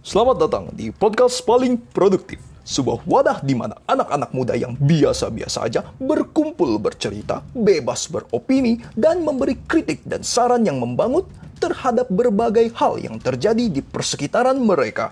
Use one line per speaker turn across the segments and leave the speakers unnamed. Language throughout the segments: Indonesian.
Selamat datang di podcast paling produktif. Sebuah wadah di mana anak-anak muda yang biasa-biasa aja berkumpul bercerita, bebas beropini, dan memberi kritik dan saran yang membangun terhadap berbagai hal yang terjadi di persekitaran mereka.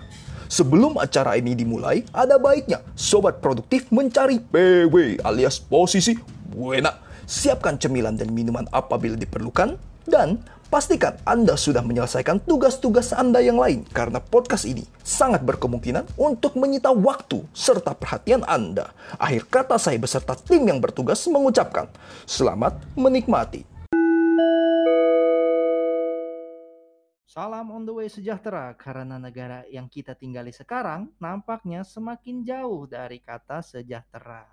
Sebelum acara ini dimulai, ada baiknya sobat produktif mencari PW alias posisi buena. Siapkan cemilan dan minuman apabila diperlukan, dan pastikan Anda sudah menyelesaikan tugas-tugas Anda yang lain karena podcast ini sangat berkemungkinan untuk menyita waktu serta perhatian Anda. Akhir kata saya beserta tim yang bertugas mengucapkan selamat menikmati.
Salam on the way sejahtera karena negara yang kita tinggali sekarang nampaknya semakin jauh dari kata sejahtera.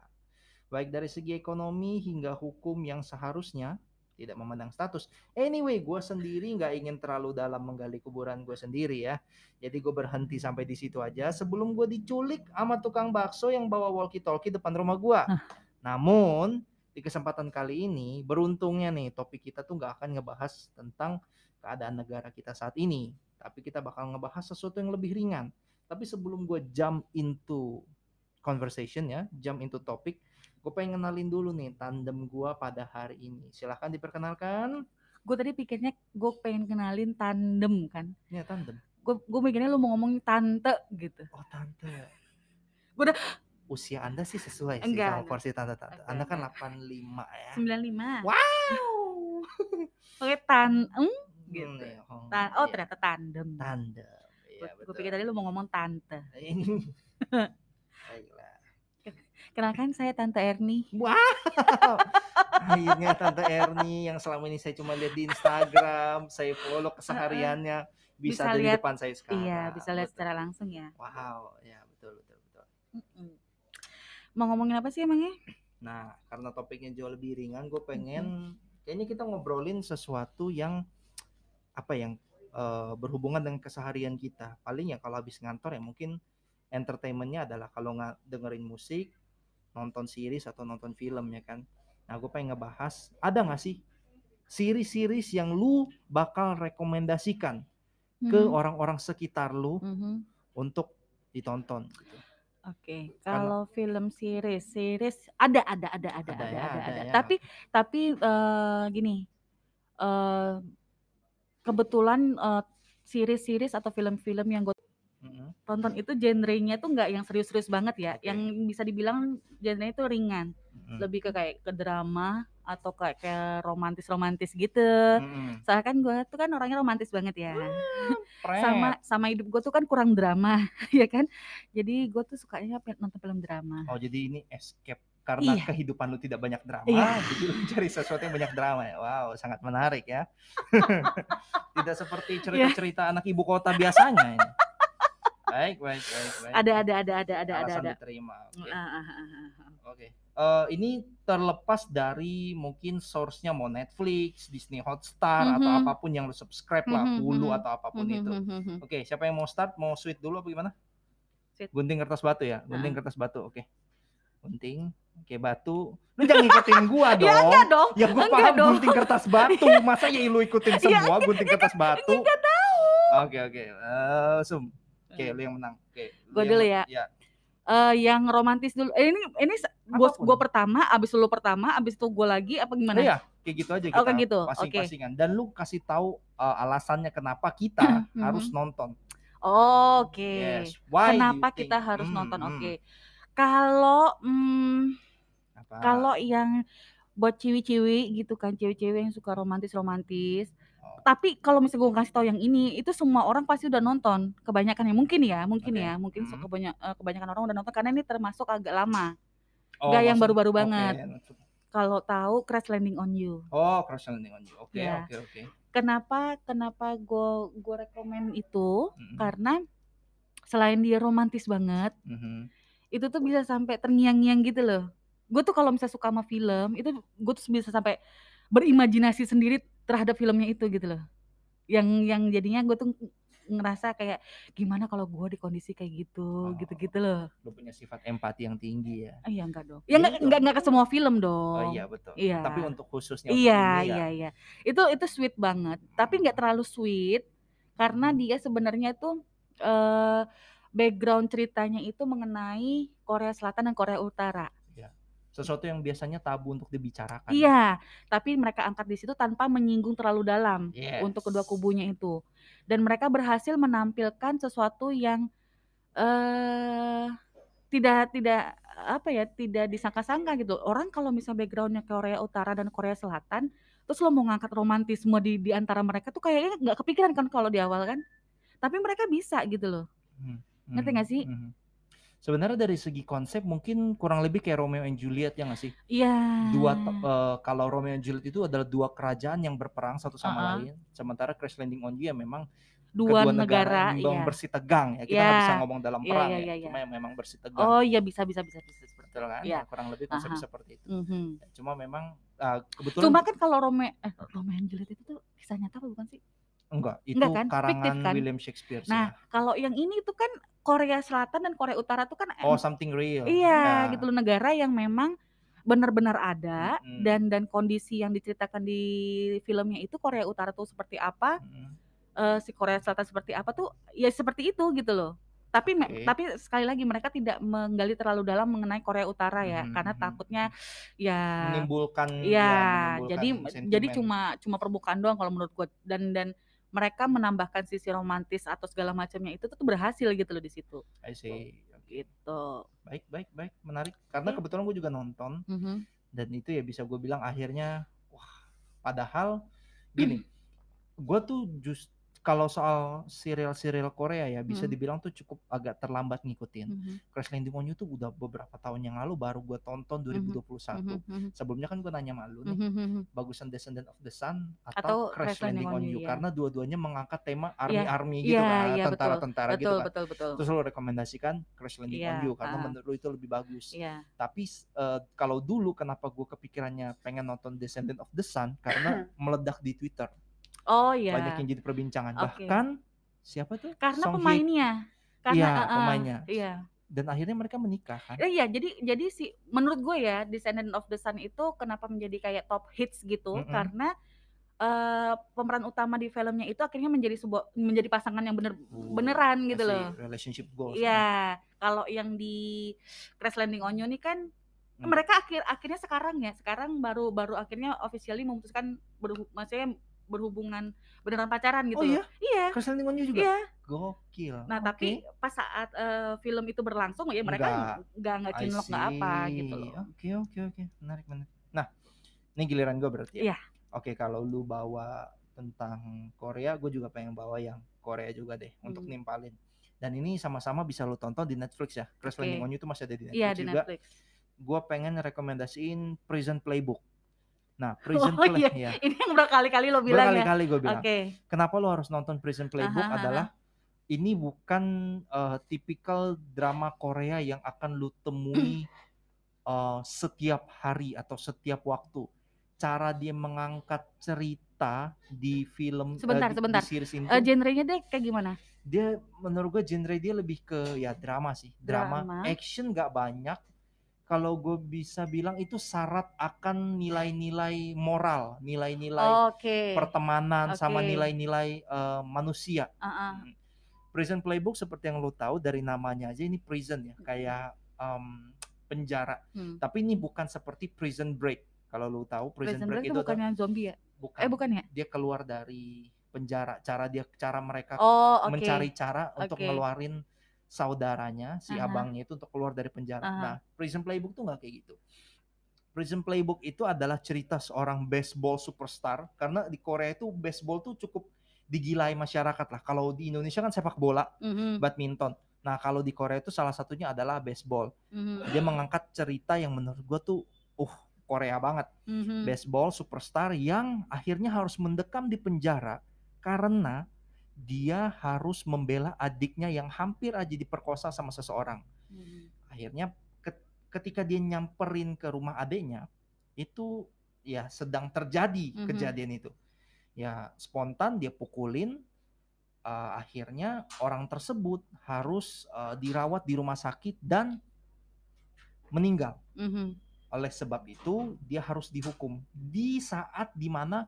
Baik dari segi ekonomi hingga hukum yang seharusnya tidak memandang status. Anyway, gue sendiri nggak ingin terlalu dalam menggali kuburan gue sendiri ya. Jadi gue berhenti sampai di situ aja sebelum gue diculik sama tukang bakso yang bawa walkie-talkie depan rumah gue. Namun di kesempatan kali ini beruntungnya nih topik kita tuh nggak akan ngebahas tentang keadaan negara kita saat ini. Tapi kita bakal ngebahas sesuatu yang lebih ringan. Tapi sebelum gue jump into conversation ya, jump into topik, gue pengen kenalin dulu nih tandem gue pada hari ini. Silahkan diperkenalkan.
gue tadi pikirnya gue pengen kenalin tandem kan
Ini ya tandem.
gue gue mikirnya lu mau ngomong tante gitu
Oh tante.
Gua udah-
Usia anda sih sesuai sih sama
Enggak, enggak.
porsi tante-tante.
Enggak,
Anda kan
enggak.
85 ya.
95
Wow.
oke tan hmm, Gitu.
Hmm, nih, oh,
tan- oh
iya.
ternyata tandem
Tandem. Iya,
gue pikir tadi lu mau ngomong tante
betul. Baiklah.
kenalkan saya tante Erni
Wow. Akhirnya Tante Erni yang selama ini saya cuma lihat di Instagram, saya follow kesehariannya, bisa,
Bisa
ada di
lihat-
depan saya sekarang.
iya bisa lihat
Betul.
secara langsung ya
Wow, ya betul betul betul.
Mm-mm. mau ngomongin apa sih emangnya
Nah, karena topiknya jauh lebih ringan, gue pengen kayaknya kita ngobrolin sesuatu yang apa yang eh, berhubungan dengan keseharian kita. Paling ya kalau habis ngantor ya mungkin entertainmentnya adalah kalau nggak dengerin musik, nonton series atau nonton film ya kan. Nah, gue pengen ngebahas ada nggak sih series-series yang lu bakal rekomendasikan ke
Mhm,
orang-orang sekitar lu
mhm.
untuk ditonton gitu.
Oke,
Karena-
kalau film series, series ada ada ada ada
Kan
ada
Ada
ada,
ya,
ada,
ada ya.
Tapi tapi eh, gini, eh, kebetulan eh, series-series atau film-film yang gue
Mm-mm.
tonton itu genrenya tuh nggak yang serius-serius banget ya,
Oke. Hmm.
yang bisa dibilang genrenya itu ringan,
Mm-mm.
lebih ke kayak ke drama atau kayak ke romantis-romantis gitu.
Mm-mm.
Soalnya kan gue tuh kan orangnya romantis banget ya
Hmm, Pret.
sama sama hidup gue tuh kan kurang drama ya kan jadi gue tuh sukanya pe- nonton film drama
Oh jadi ini escape karena
Iya.
kehidupan lu tidak banyak drama,
Iya.
jadi lu cari sesuatu yang banyak drama ya. Wow, sangat menarik ya. tidak
Iya.
seperti cerita-cerita anak ibu kota biasanya ini. Baik, baik, baik, baik.
ada ada ada ada ada ada
Alasan gitu ya.
ada
diterima. Oke.
Ah, ah, ah, ah, ah.
oke. Eh, ini terlepas dari mungkin source-nya mau Netflix, Disney Hotstar atau
Mhm.
apapun yang lu subscribe lah,
Mhm,
Hulu
mhm.
atau apapun itu.
hmm.
Oke, siapa yang mau start? Mau sweet dulu apa gimana?
Sweet. Nah.
Gunting kertas batu ya. Gunting kertas batu. Oke. Gunting. Oke, batu. Lu jangan ngikutin gua
ya
dong.
enggak dong
Ya gua
enggak
paham
dong.
gunting kertas batu. Masa ya lu ikutin
Ya,
semua gunting kertas batu?
enggak Iya, tahu
Oke, oke. Eh, Sum. Oke, lu yang menang. Oke. lu
Nah. Gua
yang-
dulu ya.
Iya.
Eh, yang romantis dulu eh, ini ini gue
Apapun.
gue pertama abis lu pertama abis itu gue lagi
Oh,
apa gimana
iya, kayak gitu aja kita.
Oh, kayak gitu. Oke.
Pasing-pasingan. Dan lu kasih tahu eh, alasannya kenapa kita harus nonton.
Mhm. oke
Yes. Why do you
kenapa
think-
kita harus
Hmm,
nonton
hmm.
oke kalau hmm,
Apa?
kalau yang buat ciwi-ciwi gitu kan cewek-cewek yang suka romantis-romantis
Oh.
tapi kalau misalnya gue kasih tahu yang ini itu semua orang pasti udah nonton kebanyakan ya mungkin ya mungkin
Oke.
ya mungkin se-
Mhm.
kebanya- eh, kebanyakan orang udah nonton karena ini termasuk agak lama
Oh,
nggak yang
maksud-
baru-baru
oke.
banget. kalau tahu Crash Landing on You
Oh, crash landing on you. Oke,
Iya.
oke, oke.
kenapa kenapa gue gue rekomen itu
Mm-mm.
karena selain dia romantis banget
Mhm.
itu tuh bisa sampai terngiang-ngiang gitu loh gue tuh kalau misalnya suka sama film itu gue tuh bisa sampai berimajinasi sendiri terhadap filmnya itu gitu loh yang yang jadinya gue tuh ngerasa kayak gimana kalau gue di kondisi kayak gitu
Oh.
gitu-gitu loh
Lu punya sifat empati yang tinggi ya.
Ah, iya enggak dong ya enggak
Iya
enggak, enggak ke semua
Oh,
film dong
iya betul.
iya.
Tapi untuk khususnya untuk
iya
ini ya.
iya iya Hmm. itu itu sweet banget tapi nggak terlalu sweet karena dia sebenarnya tuh eh, background ceritanya itu mengenai Korea Selatan dan Korea Utara.
Sesuatu yang biasanya tabu untuk dibicarakan.
Iya, tapi mereka angkat di situ tanpa menyinggung terlalu dalam
Yes.
untuk kedua kubunya itu. Dan mereka berhasil menampilkan sesuatu yang eh tidak tidak apa ya, tidak disangka-sangka gitu. Orang kalau misalnya backgroundnya Korea Utara dan Korea Selatan, terus lo mau ngangkat romantisme di di antara mereka tuh kayaknya nggak kepikiran kan kalau di awal kan. Tapi mereka bisa gitu loh. Ngerti
Mhm,
nggak sih?
mhm. Sebenarnya dari segi konsep mungkin kurang lebih kayak Romeo and Juliet ya nggak sih?
Iya.
Dua te- eh, kalau Romeo and Juliet itu adalah dua kerajaan yang berperang satu sama
Uh-uh.
lain. Sementara Crash Landing on You ya memang
dua
kedua negara,
negara,
memang
iya.
bersitegang ya. Kita nggak
Ya.
bisa ngomong dalam
Ya,
perang
ya,
ya,
ya, ya.
cuma yang memang bersitegang.
Oh iya bisa bisa bisa bisa seperti.
Betul kan? Ya,
ya.
Kurang lebih konsep
Aha.
seperti itu.
Mhm.
Cuma memang ah, kebetulan
Cuma kan kalau Rome eh, Romeo and Juliet itu tuh kisah nyata apa bukan sih?
enggak itu
enggak kan?
karangan
Fiktif kan?
William Shakespeare sih.
Nah, kalau yang ini itu kan Korea Selatan dan Korea Utara tuh kan
Oh,
em-
something real.
iya
Ya.
gitu loh negara yang memang benar-benar ada
Mm-mm.
dan dan kondisi yang diceritakan di filmnya itu Korea Utara tuh seperti apa,
Mhm.
eh, si Korea Selatan seperti apa tuh ya seperti itu gitu loh. Tapi me-
Oke.
tapi sekali lagi mereka tidak menggali terlalu dalam mengenai Korea Utara ya
Mhm,
karena
mhm.
takutnya ya
menimbulkan
Iya,
menimbulkan
jadi jadi
sentimen.
cuma cuma permukaan doang kalau menurut gue dan dan mereka menambahkan sisi romantis atau segala macamnya itu tuh berhasil gitu loh di situ.
I see. Oke.
Gitu.
Baik, baik, baik. Menarik. Karena
Iya.
kebetulan gue juga nonton
Mhm.
dan itu ya bisa gue bilang akhirnya wah, padahal gini. gue tuh just kalau soal serial-serial Korea ya bisa
Mm.
dibilang tuh cukup agak terlambat ngikutin.
Mhm.
Crash Landing on You tuh udah beberapa tahun yang lalu baru gue
Mm-hmm.
tonton 2021.
Mhm. Mhm.
Sebelumnya kan gue nanya malu nih,
Mhm. Mhm.
bagusan Descendant of the Sun atau, Crash Landing on You
ya.
karena dua-duanya mengangkat tema army-army gitu
Iya,
kan,
iya, betul.
tentara-tentara gitu
Betul,
kan.
betul, betul.
Terus lo rekomendasikan Crash Landing on
Iya,
You karena
ah.
menurut lo itu lebih bagus.
Iya.
Tapi s- eh, kalau dulu kenapa gue kepikirannya pengen nonton Descendant of the Sun karena meledak di Twitter.
Oh iya.
Banyak yang jadi perbincangan.
Oke.
Bahkan siapa tuh?
Karena
Song Hye-
pemainnya. Karena
Iya,
ah, ah,
pemainnya.
Iya.
dan akhirnya mereka menikah kan.
Eh, Iya, jadi jadi sih menurut gue ya Descendant of the Sun itu kenapa menjadi kayak top hits gitu
Mm-mm.
karena eh, pemeran utama di filmnya itu akhirnya menjadi sebuah menjadi pasangan yang bener beneran
Asli,
gitu loh.
Relationship goals.
Iya, kalau yang di Crash Landing on You nih kan
Mm.
mereka akhir akhirnya sekarang ya, sekarang baru baru akhirnya officially memutuskan berhu- maksudnya berhubungan beneran pacaran
Oh
gitu loh.
iya,
Iya.
Crash Landing on You juga.
Iya.
Gokil.
Nah, tapi pas saat eh, film itu berlangsung ya mereka nggak nggak
I
cinlok nggak apa
see. Oh,
gitu loh.
Oke oke oke, menarik menarik. Nah, ini giliran gue berarti ya.
Iya.
Oke, kalau lu bawa tentang Korea, gue juga pengen bawa yang Korea juga deh untuk
Mhm.
nimpalin. Dan ini sama-sama bisa lu tonton di Netflix ya. Crash
Oke.
Landing on You itu masih ada di Netflix
Iya di
juga.
Netflix.
Gue pengen rekomendasiin Prison Playbook. Nah, Prison
Oh,
Playbook ya.
Ini yang berkali-kali lo bilang ya.
Berkali-kali gue
Oke.
bilang. Hmm. Kenapa lo harus nonton Prison Playbook
Aha, aha.
adalah ini bukan eh, tipikal drama Korea yang akan lu temui eh, setiap hari atau setiap waktu. Cara dia mengangkat cerita di film eh,
Sebentar,
di- di,
sebentar.
series ini tuh,
Eh genrenya deh kayak gimana?
dia menurut gue genre dia lebih ke ya drama sih, drama,
Drama.
action nggak banyak. Kalau gue bisa bilang itu syarat akan nilai-nilai moral, nilai-nilai
Oke.
pertemanan sama
Oke.
nilai-nilai eh, manusia.
Heeh.
Mm. Prison Playbook seperti yang lo tahu dari namanya aja ini prison ya, kayak em, penjara.
Hmm.
Tapi ini bukan seperti Prison Break. Kalau lo tahu Prison,
Prison
Break,
Break
itu Ah.
itu bukan
adalah-
yang zombie ya?
bukan.
Eh bukan ya?
Dia keluar dari penjara. Cara dia cara mereka
Oh oke.
Ah. mencari cara untuk
Oke.
ngeluarin saudaranya si
Aha.
abangnya itu untuk keluar dari penjara.
Aha.
Nah, Prison Playbook tuh nggak kayak gitu. Prison Playbook itu adalah cerita seorang baseball superstar karena di Korea itu baseball tuh cukup digilai masyarakat lah. Kalau di Indonesia kan sepak bola,
Mhm,
badminton. Nah, kalau di Korea itu salah satunya adalah baseball.
mhm,
Dia mengangkat cerita yang menurut gua tuh uh Korea banget.
mhm.
Baseball superstar yang akhirnya harus mendekam di penjara karena dia harus membela adiknya yang hampir aja diperkosa sama seseorang
Mhm.
akhirnya ket- ketika dia nyamperin ke rumah adiknya itu ya sedang terjadi
Mhm.
kejadian itu ya spontan dia pukulin eh, akhirnya orang tersebut harus eh, dirawat di rumah sakit dan meninggal
Mhm.
oleh sebab itu dia harus dihukum di saat dimana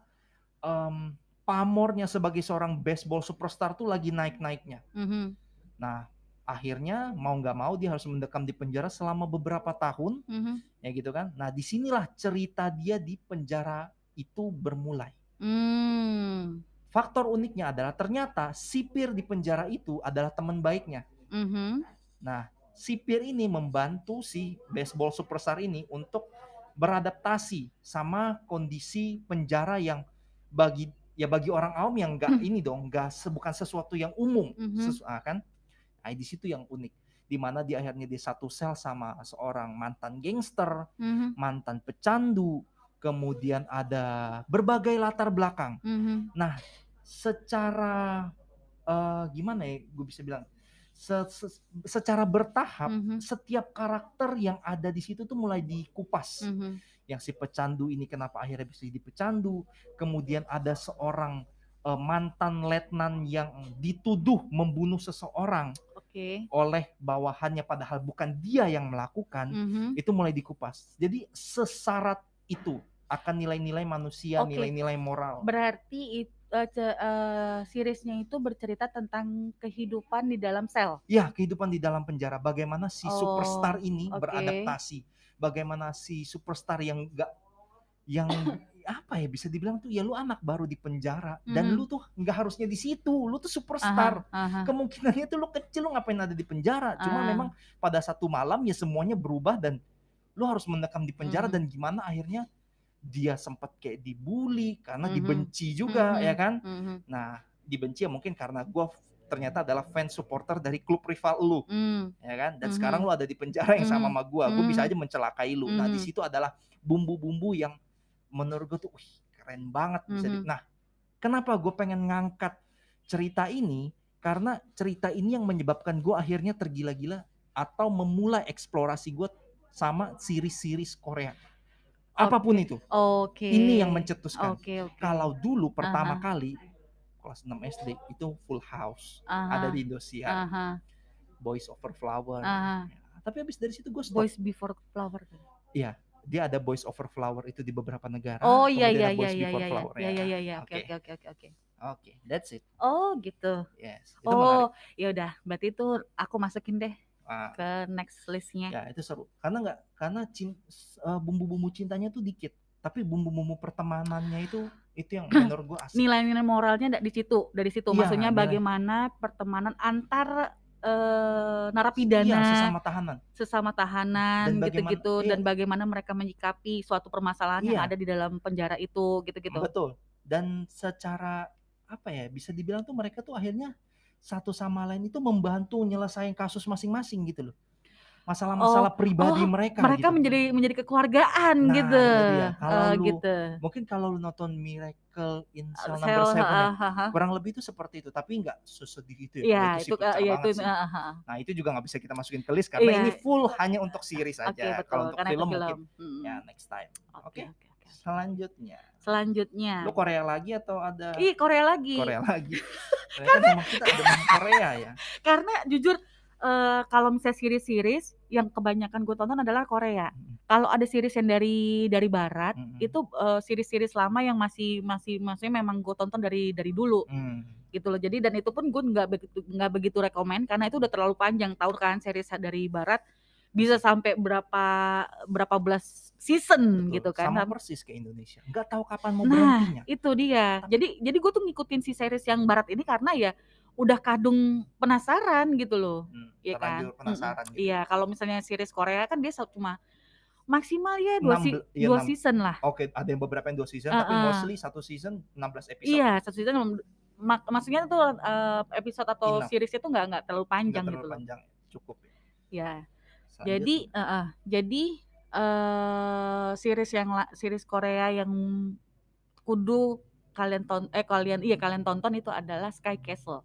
em, pamornya sebagai seorang baseball superstar tuh lagi naik naiknya
Mhm.
Nah, akhirnya mau nggak mau dia harus mendekam di penjara selama beberapa tahun,
Mhm.
ya gitu kan. Nah, disinilah cerita dia di penjara itu bermulai.
Mm.
Faktor uniknya adalah ternyata sipir di penjara itu adalah teman baiknya.
Mhm.
Nah, sipir ini membantu si baseball superstar ini untuk beradaptasi sama kondisi penjara yang bagi ya bagi orang awam yang enggak ini dong, enggak se- bukan sesuatu yang umum,
Mhm.
sesu- ah, kan? Nah, di situ yang unik di mana di akhirnya di satu sel sama seorang mantan gangster,
Mhm.
mantan pecandu, kemudian ada berbagai latar belakang
Mhm.
secara eh, gimana ya gue bisa bilang Se- se- secara bertahap
Mhm.
setiap karakter yang ada di situ tuh mulai dikupas
Mhm.
yang si pecandu ini kenapa akhirnya bisa jadi pecandu kemudian ada seorang eh, mantan letnan yang dituduh membunuh seseorang
Oke.
oleh bawahannya padahal bukan dia yang melakukan
Mhm.
itu mulai dikupas jadi sesarat itu akan nilai-nilai manusia
Oke.
nilai-nilai moral
Berarti it- eh, ce- eh, seriesnya itu bercerita tentang kehidupan di dalam sel.
Ya, kehidupan di dalam penjara. Bagaimana si
Oh,
superstar ini
oke.
beradaptasi? Bagaimana si superstar yang enggak yang apa ya bisa dibilang tuh ya lu anak baru di penjara dan
Mhm.
lu tuh nggak harusnya di situ. Lu tuh
Aha,
superstar.
aha.
Kemungkinannya tuh lu kecil lu ngapain ada di penjara? Cuma
Ah.
memang pada satu malam ya semuanya berubah dan lu harus mendekam di penjara
Mhm.
dan gimana akhirnya dia sempat kayak dibully karena
Mhm.
dibenci juga
Mhm.
ya kan?
Mhm.
Nah, dibenci ya mungkin karena gue ternyata adalah fans supporter dari klub rival lu
Mm.
ya kan dan
Mhm.
sekarang lu ada di penjara yang sama
Mhm.
sama gua gua bisa
Mhm.
aja mencelakai lu nah di
Mhm.
situ adalah bumbu-bumbu yang menurut gua tuh wih, keren banget bisa di-
Mhm.
nah kenapa gua pengen ngangkat cerita ini karena cerita ini yang menyebabkan gua akhirnya tergila-gila atau memulai eksplorasi gua sama series-series Korea apapun itu
Oke.
ini yang mencetuskan
Oke, oke.
kalau dulu pertama kali kelas 6 SD itu Full House
Aha,
ada di Indosiar
aha,
Boys Over Flower Ya,
aha.
tapi habis dari situ gue stop
Boys Before Flower.
dia ada boys over flower itu di beberapa negara.
Oh iya
kemudian
iya
ada
iya
boys
iya
before
iya
flower
iya iya
ya.
iya iya oke
Oke.
oke oke oke oke.
Oke, that's it.
Oh gitu.
Yes. Itu menarik.
Oh ya udah berarti itu aku masukin deh
Ah,
ke next listnya.
ya itu seru. Karena nggak karena cin- s- eh, bumbu-bumbu cintanya tuh dikit, tapi bumbu-bumbu pertemanannya itu itu yang menurut gue asik.
Nilai-nilai moralnya nggak di situ dari situ
Iya,
maksudnya
nilai.
bagaimana pertemanan antar eh,
Iya,
narapidana
sesama tahanan.
sesama tahanan
Dan bagaimana-
gitu-gitu
iya.
dan bagaimana mereka menyikapi suatu permasalahan yang
Iya.
ada di dalam penjara itu gitu-gitu.
Betul. Dan secara apa ya bisa dibilang tuh mereka tuh akhirnya satu sama lain itu membantu nyelesain kasus masing-masing gitu loh. Masalah-masalah pribadi
oh,
mereka.
Mereka
gitu.
menjadi menjadi kekeluargaan
Nah,
gitu.
itu dia. Kalau
Eh,
lu-
gitu.
mungkin kalau lu nonton Miracle in Cell
Sel,
Number Seven ya,
ah, ah, ah.
kurang lebih itu seperti itu tapi nggak sesedih itu
Iya,
ya, Kalau
itu
sih pecah
eh, ya itu
banget sih.
ah, ah, ah.
nah itu juga nggak bisa kita masukin ke list karena
Iya.
ini full hanya untuk series aja
eh, Oke, betul.
kalau untuk
Karena itu
film, mungkin
Mm,
ya next time
Oke, Nah.
oke.
oke, oke.
selanjutnya
Selanjutnya.
lu Korea lagi atau ada
Ih, Korea lagi.
Korea lagi karena memang Iya. kita ada yang Korea ya
Karena jujur eh, kalau misalnya series-series yang kebanyakan gue tonton adalah Korea.
Mm-mm.
Kalau ada series yang dari dari barat,
Mm-mm.
itu eh, series-series lama yang masih masih maksudnya memang gue tonton dari dari dulu.
Hmm.
gitu loh. Jadi dan itu pun gue nggak begitu nggak begitu rekomend karena itu udah terlalu panjang. Tahu kan series dari barat bisa sampai berapa berapa belas season
Betul.
gitu kan.
sama
Nah,
persis ke Indonesia nggak tahu kapan mau
Nah,
berhentinya
itu dia. Jadi jadi gue tuh ngikutin si series yang barat ini karena ya udah kadung penasaran gitu loh.
Hmm,
Iya kan?
terlanjur penasaran
Mm-mm.
gitu
Iya, kalau misalnya series Korea kan dia sa- cuma maksimal ya dua,
Enam
si-
bel- iya,
dua
enam.
season lah.
Oke, ada yang beberapa yang dua season, tapi
Uh-uh.
mostly satu season 16 episode.
Iya, satu season mak- maksudnya tuh eh, episode atau
Enough.
series itu nggak nggak terlalu
Nggak
panjang
terlalu
gitu loh.
panjang, cukup. ya.
Ya. Jadi,
Selanjutnya.
eh, eh, jadi eh series yang la- series Korea yang kudu kalian tonton eh kalian iya kalian tonton itu adalah Sky Castle.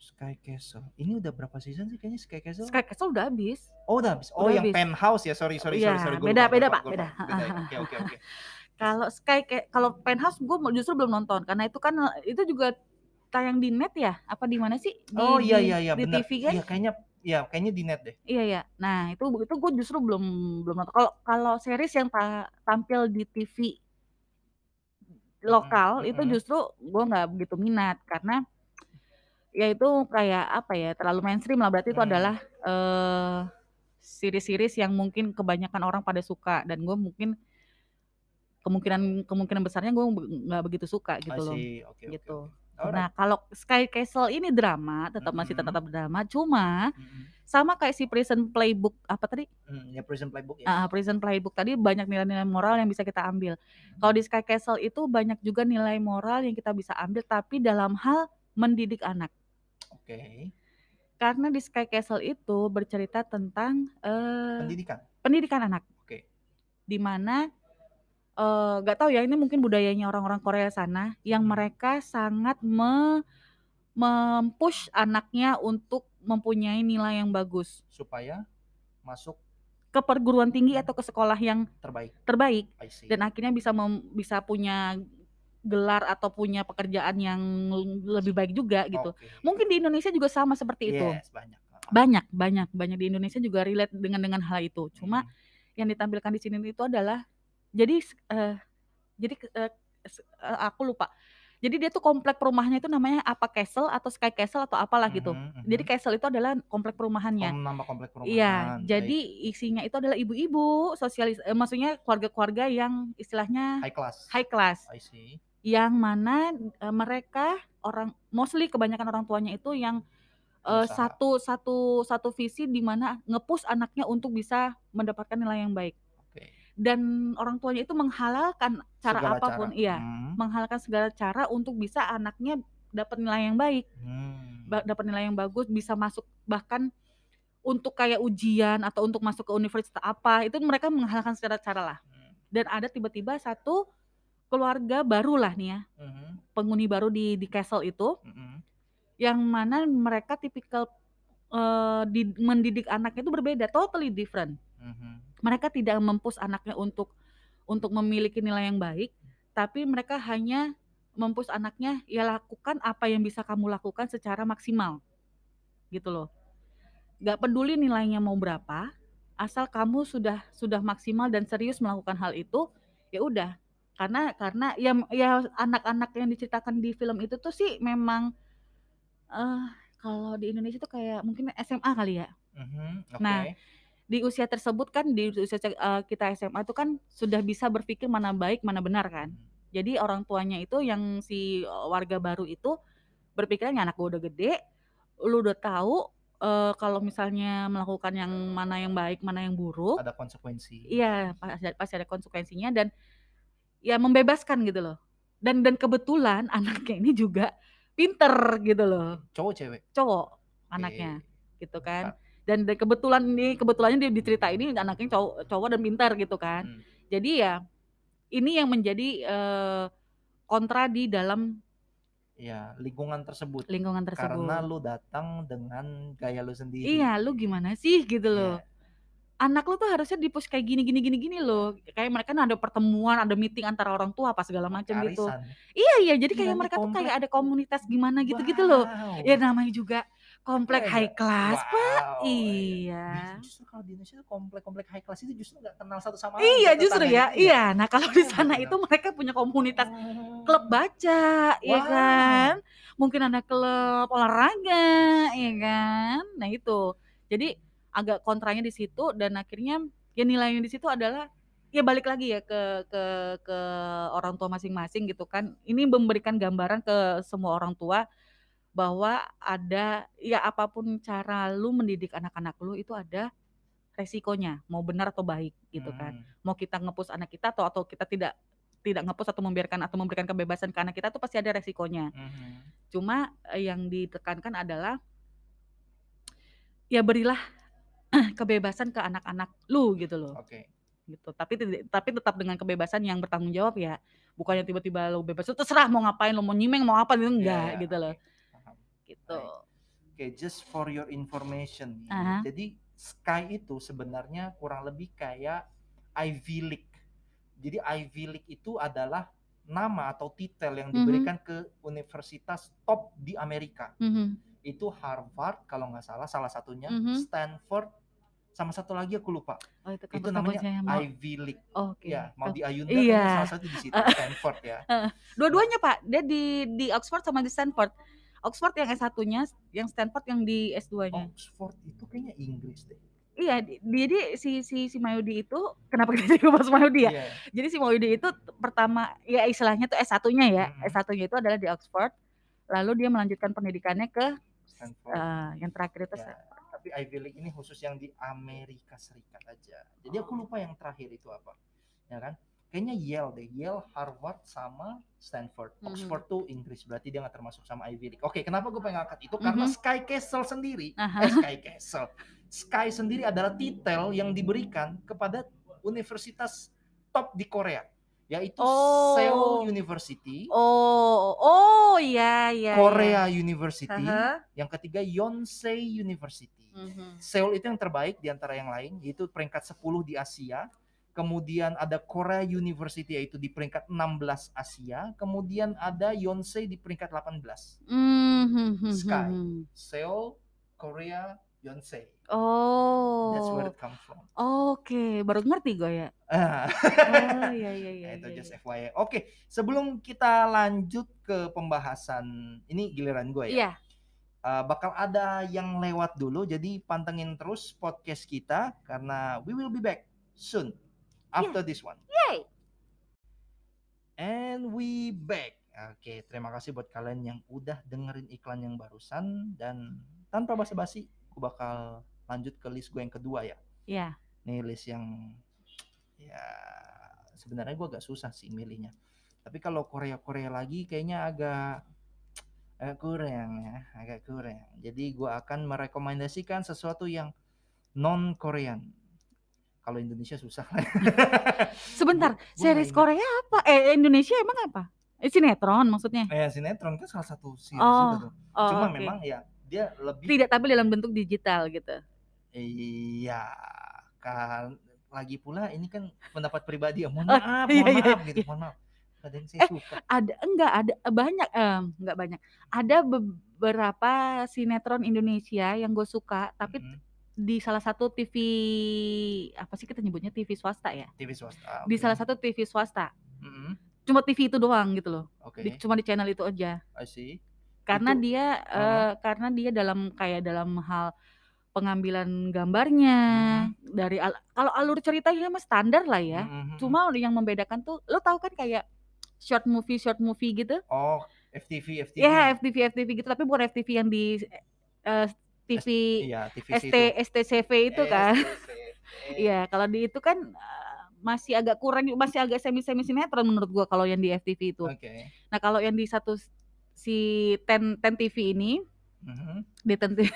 Sky Castle. Ini udah berapa season sih kayaknya Sky Castle?
Sky Castle udah habis.
Oh, udah habis. Oh,
Udah
yang
habis.
penthouse ya. Sorry, sorry,
Iya,
sorry, sorry. Gua lupa,
beda,
gua
beda,
lupa,
Pak,
gua
beda.
lupa. ya. Oke, oke, oke.
Kalau Sky Ca- kalau Penthouse gue justru belum nonton karena itu kan itu juga tayang di net ya apa di mana sih di,
Oh, iya
di-
iya iya
di
benar.
TV kan
Iya, kayaknya ya kayaknya di net deh.
Iya ya. Nah, itu itu gue justru belum belum nonton. Kalau kalau series yang ta- tampil di TV lokal itu
mm-mm.
justru gue nggak begitu minat karena ya itu kayak apa ya terlalu mainstream lah berarti itu
Hmm.
adalah eh series-series yang mungkin kebanyakan orang pada suka dan gue mungkin kemungkinan kemungkinan besarnya gue nggak begitu suka
I
gitu loh
see. Oke, oke,
gitu.
oke. Alright.
Nah kalau Sky Castle ini drama tetap masih
Mm-mm.
tetap drama cuma
Mm-mm.
sama kayak si Prison Playbook apa tadi
Mm, ya prison playbook ya.
Ah, Prison Playbook tadi banyak nilai-nilai moral yang bisa kita ambil.
Hmm.
Kalau di Sky Castle itu banyak juga nilai moral yang kita bisa ambil tapi dalam hal mendidik anak.
Oke.
karena di Sky Castle itu bercerita tentang eh,
Pendidikan.
pendidikan anak.
Oke.
Di mana eh, nggak tahu ya ini mungkin budayanya orang-orang Korea sana yang
Hmm.
mereka sangat me mempush anaknya untuk mempunyai nilai yang bagus
supaya masuk
ke perguruan tinggi
Hmm.
atau ke sekolah yang
terbaik.
terbaik
I see.
dan akhirnya bisa mem- bisa punya gelar atau punya pekerjaan yang lebih baik juga gitu.
Oke.
Mungkin di Indonesia juga sama seperti itu.
Yes, banyak.
banyak banyak banyak di Indonesia juga relate dengan dengan hal itu cuma
Hmm,
yang ditampilkan di sini itu adalah jadi eh, jadi ke- eh, s- eh, aku lupa jadi dia tuh komplek perumahnya itu namanya apa castle atau sky castle atau apalah gitu
Hmm,
jadi castle itu adalah komplek perumahannya
nama komplek perumahan.
Iya,
baik.
jadi isinya itu adalah ibu-ibu, sosialis, eh, maksudnya keluarga-keluarga yang istilahnya
high class.
high class,
I see.
yang mana eh, mereka orang mostly kebanyakan orang tuanya itu yang eh,
Pengusaha.
satu satu satu visi di mana ngepush anaknya untuk bisa mendapatkan nilai yang baik
Oke.
dan orang tuanya itu menghalalkan cara
Segala
apapun
cara.
iya
Hmm.
menghalalkan segala cara untuk bisa anaknya dapat nilai yang baik
Hmm.
ba- dapat nilai yang bagus bisa masuk bahkan untuk kayak ujian atau untuk masuk ke universitas apa itu mereka menghalalkan segala cara lah
Hmm.
dan ada tiba-tiba satu keluarga barulah nih ya
Mhm.
penghuni baru di di castle itu
Mhm.
yang mana mereka tipikal eh, di- mendidik anaknya itu berbeda, totally different.
Mhm.
Mereka tidak mempus anaknya untuk untuk memiliki nilai yang baik, tapi mereka hanya mempus anaknya ya lakukan apa yang bisa kamu lakukan secara maksimal, gitu loh. Gak peduli nilainya mau berapa, asal kamu sudah sudah maksimal dan serius melakukan hal itu, ya udah. Karena karena ya ya anak-anak yang diceritakan di film itu tuh sih memang eh kalau di Indonesia tuh kayak mungkin SMA kali ya.
Mhm. Oke.
Nah, Di usia tersebut kan di usia eh, kita SMA itu kan sudah bisa berpikir mana baik mana benar kan.
Hmm.
Jadi orang tuanya itu yang si eh, warga baru itu berpikirnya anak gua udah gede, lu udah tahu eh, kalau misalnya melakukan yang mana yang baik mana yang buruk,
Hmm. ada konsekuensi.
iya pasti ada- pasti ada konsekuensinya dan ya membebaskan gitu loh. Dan dan kebetulan anaknya ini juga pinter gitu loh,
Cowok cewek.
cowok
Oke.
anaknya gitu kan dan dari kebetulan nih kebetulannya dia diceritain ini anaknya cowok, cowok dan pintar gitu kan
Hmm.
jadi ya ini yang menjadi eh, kontra di dalam
Iya, lingkungan tersebut.
lingkungan tersebut
Karena lu datang dengan gaya lu sendiri.
iya lu gimana sih gitu
Iya.
loh anak lu tuh harusnya di push kayak gini gini gini gini loh kayak mereka kan ada pertemuan ada meeting antara orang tua apa segala macam gitu
Arisan.
iya iya jadi
Gila,
kayak
ini
mereka tuh
komplek.
kayak ada komunitas gimana gitu gitu loh
Wow.
ya namanya juga komplek
Iya,
high class
Pak.
iya
Nah, Justru kalau di Indonesia tuh komplek-komplek high class itu justru nggak kenal satu sama lain.
Iya
tetangga
justru ya,
gitu
iya. Nah kalau di
Iya,
sana
benar.
itu mereka punya komunitas
Oh.
klub baca, ya
Wah.
kan? Mungkin ada klub olahraga, ya kan? Nah itu, jadi agak kontranya di situ dan akhirnya ya nilainya di situ adalah ya balik lagi ya ke ke ke orang tua masing-masing gitu kan. Ini memberikan gambaran ke semua orang tua bahwa ada ya apapun cara lu mendidik anak-anak lu itu ada resikonya, mau benar atau baik gitu kan
Hmm.
mau kita ngepus anak kita atau atau kita tidak tidak ngepus atau membiarkan atau memberikan kebebasan ke anak kita tuh pasti ada resikonya.
Mhm.
Cuma eh, yang ditekankan adalah ya berilah kebebasan ke anak-anak lu gitu loh
Oke.
gitu tapi tidak- tapi tetap dengan kebebasan yang bertanggung jawab ya bukannya tiba-tiba lu bebas lu terserah mau ngapain lu mau nyimeng mau apa gitu enggak
Iya,
gitu loh
oke. Paham.
gitu
Oke, just for your information.
Aha.
Jadi Sky itu sebenarnya kurang lebih kayak Ivy League. Jadi Ivy League itu adalah nama atau titel yang
Mhm.
diberikan ke universitas top di Amerika.
Mhm,
Itu Harvard kalau nggak salah salah satunya,
Mhm.
Stanford, sama satu lagi aku lupa.
oh itu
Itu
kampus-kampus
namanya
yang mau
Ivy League.
oh, oke
Ya, mau di Ayunda
Iya.
kayaknya salah satu di situ Stanford ya.
Dua-duanya Pak, dia di di Oxford sama di Stanford. Oxford yang S1-nya, yang Stanford yang di S2-nya.
Oxford itu kayaknya Inggris deh.
Iya, di- jadi si si si Mayudi itu kenapa kita jadi bahas Mayudi ya?
Iya.
Jadi si Mayudi itu t- pertama ya istilahnya tuh S1-nya ya.
Mm-mm.
S1-nya itu adalah di Oxford. Lalu dia melanjutkan pendidikannya ke
Stanford.
eh, yang terakhir itu
Ya, tapi Ivy League ini khusus yang di Amerika Serikat aja. Jadi
Oh.
aku lupa yang terakhir itu apa. Ya kan? Kayaknya Yale deh, Yale, Harvard sama Stanford.
Mhm.
Oxford tuh Inggris berarti dia nggak termasuk sama Ivy League. Oke, kenapa gue pengen angkat itu? Karena
Mhm.
Sky Castle sendiri,
Aha.
eh, Sky Castle, Sky sendiri adalah titel yang diberikan kepada universitas top di Korea, yaitu
Oh.
Seoul University,
Oh, oh iya iya.
Korea
iya.
University,
Aha.
yang ketiga Yonsei University.
Mhm.
Seoul itu yang terbaik di antara yang lain, yaitu peringkat 10 di Asia. Kemudian ada Korea University yaitu di peringkat 16 Asia. Kemudian ada Yonsei di peringkat 18.
Mhm.
Sky. Seoul, Korea, Yonsei.
Oh.
That's where it come from.
Oke, baru ngerti gue ya.
Ah,
Oh iya iya iya.
ya itu
iya,
just
iya.
FYI. Oke, sebelum kita lanjut ke pembahasan ini giliran gue ya.
Iya.
Uh, bakal ada yang lewat dulu jadi pantengin terus podcast kita karena we will be back soon after this one.
Iya. Yay.
And we back. Oke, terima kasih buat kalian yang udah dengerin iklan yang barusan dan tanpa basa-basi, aku bakal lanjut ke list gue yang kedua ya.
Iya.
Nih list yang ya sebenarnya gue agak susah sih milihnya. Tapi kalau Korea-Korea lagi kayaknya agak agak kurang ya, agak kurang. Jadi gue akan merekomendasikan sesuatu yang non Korean. Kalau Indonesia susah lah. Gua-
Sebentar,
gua
series
nggak ingat.
Korea apa? Eh Indonesia emang apa? Eh, sinetron maksudnya.
Eh, sinetron kan salah satu series itu
Oh,
tuh.
Oh,
Cuma
oke.
memang ya dia lebih
tidak tapi dalam bentuk digital gitu.
iya kan lagi pula ini kan pendapat pribadi ya.
Oh,
Mohon maaf,
iya,
mohon
iya,
maaf gitu,
iya.
mohon maaf. Ada yang saya
Eh,
suka.
Ada enggak ada eh, banyak eh, enggak banyak. Ada beberapa sinetron Indonesia yang gue suka tapi
Mm-mm.
di salah satu TV apa sih kita nyebutnya TV swasta ya?
TV swasta.
Di
oke.
salah satu TV swasta.
Mm-mm,
Cuma TV itu doang gitu loh.
Oke,
Di- cuma di channel itu aja.
I see.
karena
Itu-
dia eh,
Gitu. Heeh.
karena dia dalam kayak dalam hal pengambilan gambarnya
Mm-hmm.
dari al- kalau alur ceritanya mah standar lah ya.
Mm-mm.
Cuma yang membedakan tuh lo tahu kan kayak short movie short movie gitu.
oh FTV FTV.
Ya FTV FTV gitu tapi bukan FTV yang di eh, TV
Iya, TVC
ST STCV itu kan. Iya, kalau di itu kan eh, masih agak kurang masih agak semi-semi sinetron menurut gua kalau yang di FTV itu.
Oke.
Nah, kalau yang di satu s- si Ten Ten TV ini
Mhm.
di Ten TV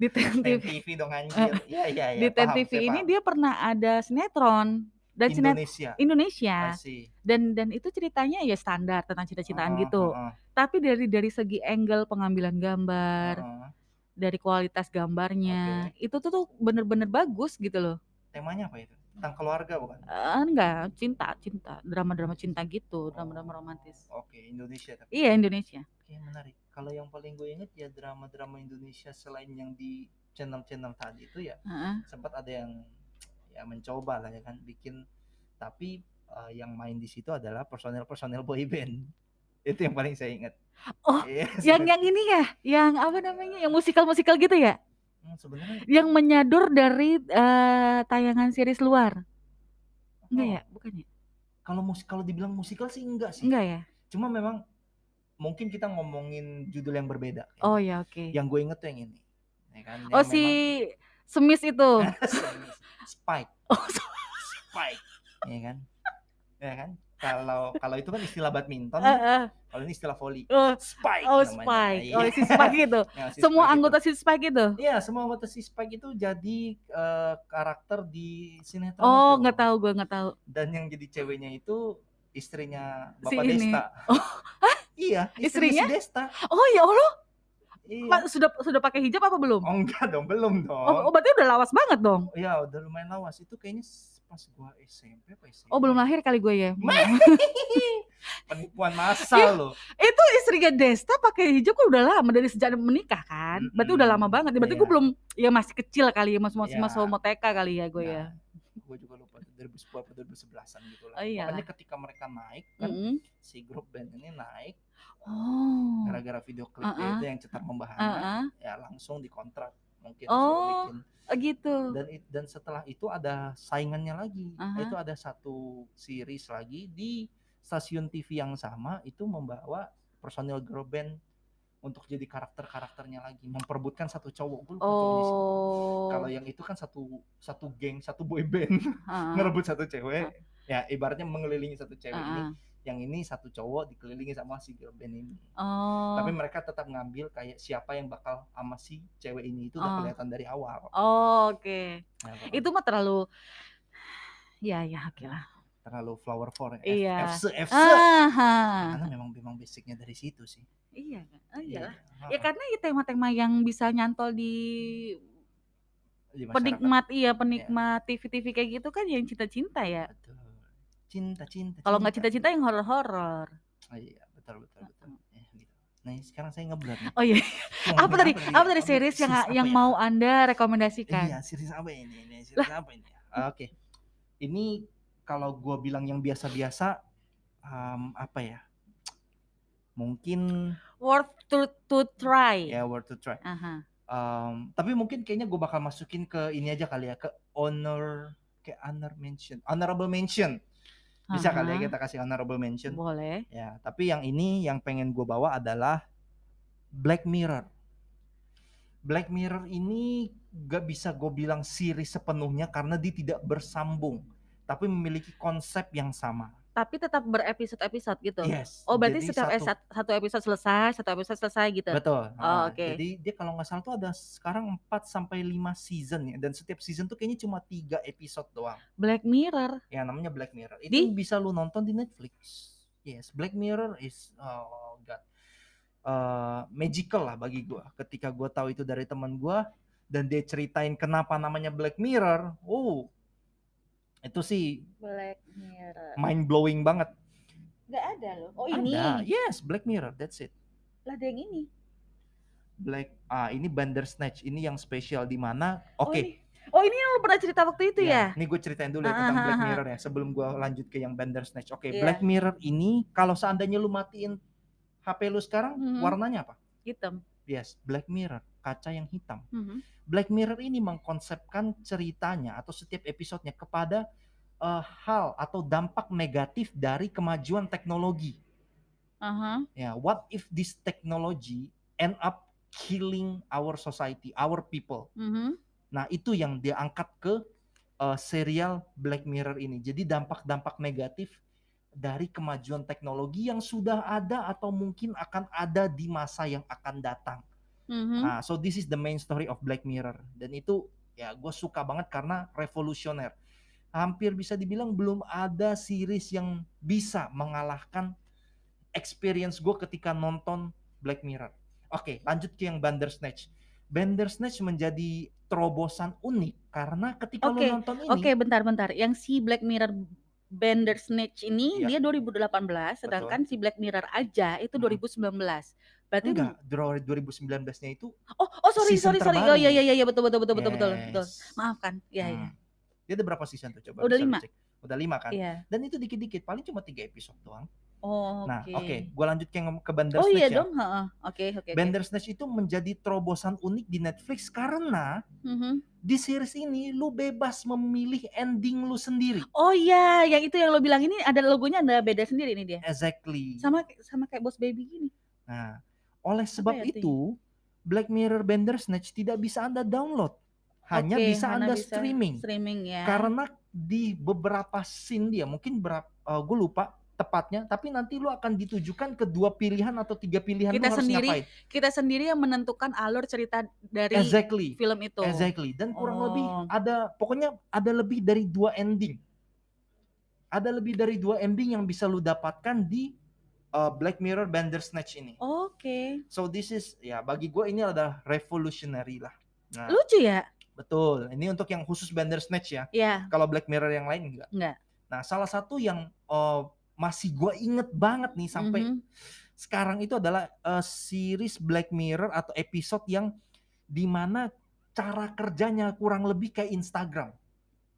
di Ten
Ten
TV
TV dong anjir. Iya iya iya.
di Ten
paham,
TV
saya
ini
paham.
dia pernah ada sinetron dan sinetron
Indonesia. I
Indonesia
see. Mm-hmm,
dan dan itu ceritanya ya standar tentang cinta-cintaan
Heeh,
gitu.
heeh,
Tapi dari dari segi angle pengambilan gambar,
heeh.
dari kualitas gambarnya, itu tuh tuh bener-bener bagus gitu loh.
Temanya apa itu? Tentang keluarga bukan?
Eh, enggak, cinta, cinta, drama-drama cinta gitu, drama-drama romantis.
Oke, Indonesia tapi.
Iya, Indonesia.
Oke, menarik. Kalau yang paling gue inget ya drama-drama Indonesia selain yang di channel-channel tadi itu ya
Heeh.
sempat ada yang ya mencoba lah ya kan bikin tapi eh, yang main di situ adalah personel-personel boyband. Itu yang paling saya ingat.
Oh,
Iya,
Yang
seben-
yang ini ya, yang apa namanya? Yang musikal-musikal gitu ya?
Hmm, sebenarnya
yang menyadur dari eh, tayangan series luar. Enggak
oh,
ya? Bukan ya?
Kalau musik kalau dibilang musikal sih enggak sih.
Enggak ya?
Cuma memang mungkin kita ngomongin judul yang berbeda.
Oh ya oke.
Yang gue inget tuh yang ini. Ya kan?
Oh
yang
si
memang-
Semis itu.
Spike.
Oh,
Spike. Iya kan? Iya kan? Kalau kalau itu kan istilah badminton,
Eh, eh.
kalau ini istilah volley.
Oh,
Spike
oh
namanya.
Spike.
Iya.
Oh si Spike itu.
Nah, si
Semua
Spike
anggota
itu.
si Spike itu.
Iya, semua anggota si Spike itu jadi eh, karakter di sinetron
Oh
itu.
nggak tahu gue nggak tahu.
Dan yang jadi ceweknya itu istrinya
Si
Bapak
ini. Oh,
Desta. iya, istrinya,
Istrinya?
si Desta.
Oh ya Allah,
Iya.
Pak, sudah sudah pakai hijab apa belum?
Oh enggak dong, belum dong.
Oh, oh, berarti udah lawas banget dong.
Ya udah lumayan lawas. Itu kayaknya pas gua SMP apa SMP.
Oh belum lahir kali gue ya.
Penipuan
Iya.
massal loh.
Itu istrinya Desta pakai hijab kan udah lama dari sejak menikah kan. Berarti udah lama banget. Berarti gue
Iya.
belum ya masih kecil kali ya masih masih
Iya.
masih mau TK kali ya gue ya.
Nah, Gue juga lupa tuh, 2010 atau 2011-an gitu lah.
Oh, iyalah.
Makanya ketika mereka naik kan
Mm-mm.
si grup band ini naik
Oh.
gara-gara video klip dia
Uh-uh.
itu yang cetak membahana
Heeh.
ya langsung dikontrak mungkin
Oh.
suruh bikin.
gitu.
dan it- dan setelah itu ada saingannya lagi
Aha.
itu ada satu series lagi di stasiun TV yang sama itu membawa personil girl band untuk jadi karakter-karakternya lagi memperebutkan satu cowok Gua lupa cowoknya siapa.
Oh.
kalau yang itu kan satu satu geng satu boy band
Heeh.
ngerebut satu cewek ya ibaratnya mengelilingi satu cewek ini
Heeh.
yang ini satu cowok dikelilingi sama si girl band ini
Oh.
tapi mereka tetap ngambil kayak siapa yang bakal sama si cewek ini itu udah
Oh.
kelihatan dari awal
Oh, oke.
Nah, kalau
Itu mah terlalu Ya, ya, oke lah.
terlalu flower for ya.
Iya.
F- FC FC
Ah,
karena memang memang basicnya dari situ sih
iya, kan? Ah, iya. lah.
Iya.
Ya karena ya tema-tema yang bisa nyantol di
Di masyarakat.
penikmat iya penikmat TV-TV kayak gitu kan yang cinta-cinta ya.
Betul. cinta cinta
Kalau nggak cinta-cinta yang horor-horor.
Oh, iya betul betul betul Ya, gitu. nah sekarang saya ngeblur nih.
Oh iya.
Saya
Apa
ngeblur
tadi?
nih?
Apa tadi
Apa-
series yang
series apa
yang
ya?
mau Anda rekomendasikan?
iya series apa ini ini series apa ini Ah, oke ini kalau gua bilang yang biasa-biasa em, apa ya mungkin
Worth to to try.
ya worth to try
Aha.
Um, tapi mungkin kayaknya gue bakal masukin ke ini aja kali ya ke honor ke honor mention honorable mention bisa kali ya
Aha.
kita kasih honorable mention
Boleh.
ya tapi yang ini yang pengen gue bawa adalah Black Mirror Black Mirror ini gak bisa gue bilang series sepenuhnya karena dia tidak bersambung tapi memiliki konsep yang sama
Tapi tetap berepisode-episode gitu.
yes
Oh, berarti
jadi
setiap
satu-
satu. satu episode selesai, satu episode selesai gitu.
Betul. Ah,
oke.
Jadi dia kalau nggak salah tuh ada sekarang 4 sampai 5 season ya dan setiap season tuh kayaknya cuma 3 episode doang.
Black Mirror.
Ya namanya Black Mirror. Itu
Di?
bisa lu nonton di Netflix. Yes, Black Mirror is oh god. Eh, magical lah bagi gua ketika gua tahu itu dari teman gua dan dia ceritain kenapa namanya Black Mirror. Oh. Itu sih
Black Mirror.
mind blowing banget.
Gak ada loh. Oh,
Ada. Yes, Black Mirror, that's it.
Lah ada yang ini.
Black ah ini Bandersnatch ini yang spesial di mana? Oke.
Oh, ini. Oh, ini yang lu pernah cerita waktu itu ya?
Ini gue ceritain dulu ya tentang
Ah, ah,
Black
ah, ah.
Mirror ya sebelum gue lanjut ke yang Bandersnatch. Oke,
Iya.
Black Mirror ini kalau seandainya lu matiin HP lu sekarang
Mhm.
warnanya apa?
Hitam.
Yes, Black Mirror, kaca yang hitam.
Mhm.
Black Mirror ini mengkonsepkan ceritanya atau setiap episodenya kepada eh, hal atau dampak negatif dari kemajuan teknologi.
Aha.
Ya, what if this technology end up killing our society, our people?
Mhm.
Nah, itu yang dia angkat ke uh, serial Black Mirror ini. Jadi dampak-dampak negatif dari kemajuan teknologi yang sudah ada atau mungkin akan ada di masa yang akan datang.
Mhm.
Nah, so this is the main story of Black Mirror. Dan itu ya gue suka banget karena revolusioner. Hampir bisa dibilang belum ada series yang bisa mengalahkan experience gue ketika nonton Black Mirror. Oke, lanjut ke yang Bandersnatch. Bandersnatch menjadi terobosan unik karena ketika
Oke,
lo nonton ini,
Oke, bentar-bentar. Yang si Black Mirror Bandersnatch ini
Iya.
dia 2018, sedangkan si Black Mirror aja itu
Mm-mm.
2019. Berarti
enggak, draw 2019-nya itu
Oh, oh sorry
Season
sorry sorry. Oh iya
terbaru.
iya iya betul betul betul betul betul betul.
Yes.
Maafkan. Iya iya.
Hmm. Dia ada berapa season tuh coba?
Udah
bisa lu
lima.
cek. Udah lima kan?
Iya.
Dan itu dikit-dikit, paling cuma tiga episode doang.
Oh, oke.
Nah, oke, gue lanjut ke, yang- ke
Oh
Bandersnatch
iya
ya.
dong, heeh. Oke, oke. oke.
Bandersnatch itu menjadi terobosan unik di Netflix karena
Mhm.
di series ini lu bebas memilih ending lu sendiri.
Oh iya, yang itu yang lo bilang ini ada logonya ada beda sendiri nih dia.
Exactly.
Sama sama kayak Boss Baby gini.
Nah, oleh sebab
ya artinya?
itu Black Mirror Bandersnatch tidak bisa Anda download. Hanya
Oke,
bisa Anda
Hana
streaming.
Streaming ya.
Karena di beberapa scene dia mungkin berapa gue lupa tepatnya, tapi nanti lu akan ditujukan ke dua pilihan atau tiga pilihan lu
Kita
harus
sendiri
ngapain.
kita sendiri yang menentukan alur cerita dari
Exactly.
film itu.
Exactly. Dan kurang lebih
Gitu. Oh.
ada pokoknya ada lebih dari dua ending. Ada lebih dari dua ending yang bisa lu dapatkan di uh, Black Mirror Bandersnatch ini.
Oke.
So this is ya bagi gue ini adalah revolutionary lah. Nah,
Lucu ya?
betul. Ini untuk yang khusus Bandersnatch ya.
Ya.
Kalau Black Mirror yang lain enggak.
Enggak.
Nah, salah satu yang uh, masih gue inget banget nih sampai
mhm.
sekarang itu adalah uh, series Black Mirror atau episode yang dimana cara kerjanya kurang lebih kayak Instagram,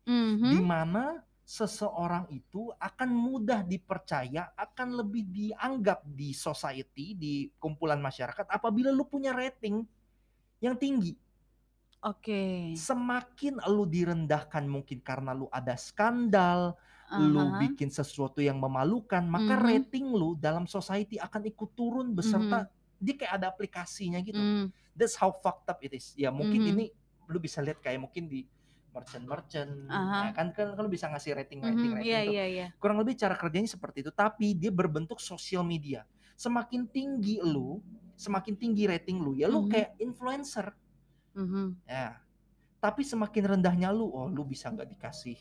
Mhm.
dimana seseorang itu akan mudah dipercaya, akan lebih dianggap di society, di kumpulan masyarakat apabila lu punya rating yang tinggi.
Oke.
Semakin lu direndahkan mungkin karena lu ada skandal, lu
Aha.
bikin sesuatu yang memalukan, maka
Mhm.
rating lu dalam society akan ikut turun beserta dia kayak ada aplikasinya gitu.
Mm,
That's how fucked up it is. Ya mungkin
Mhm.
ini lu bisa lihat kayak mungkin di merchant-merchant,
Aha.
ya kan kan kalau bisa ngasih rating
mhm,
rating rating
Iya
tuh.
iya iya.
Kurang lebih cara kerjanya seperti itu, tapi dia berbentuk sosial media. Semakin tinggi lu, semakin tinggi rating lu, ya lu
Mhm.
kayak influencer.
Mhm.
Ya. Tapi semakin rendahnya lu, oh lu bisa nggak dikasih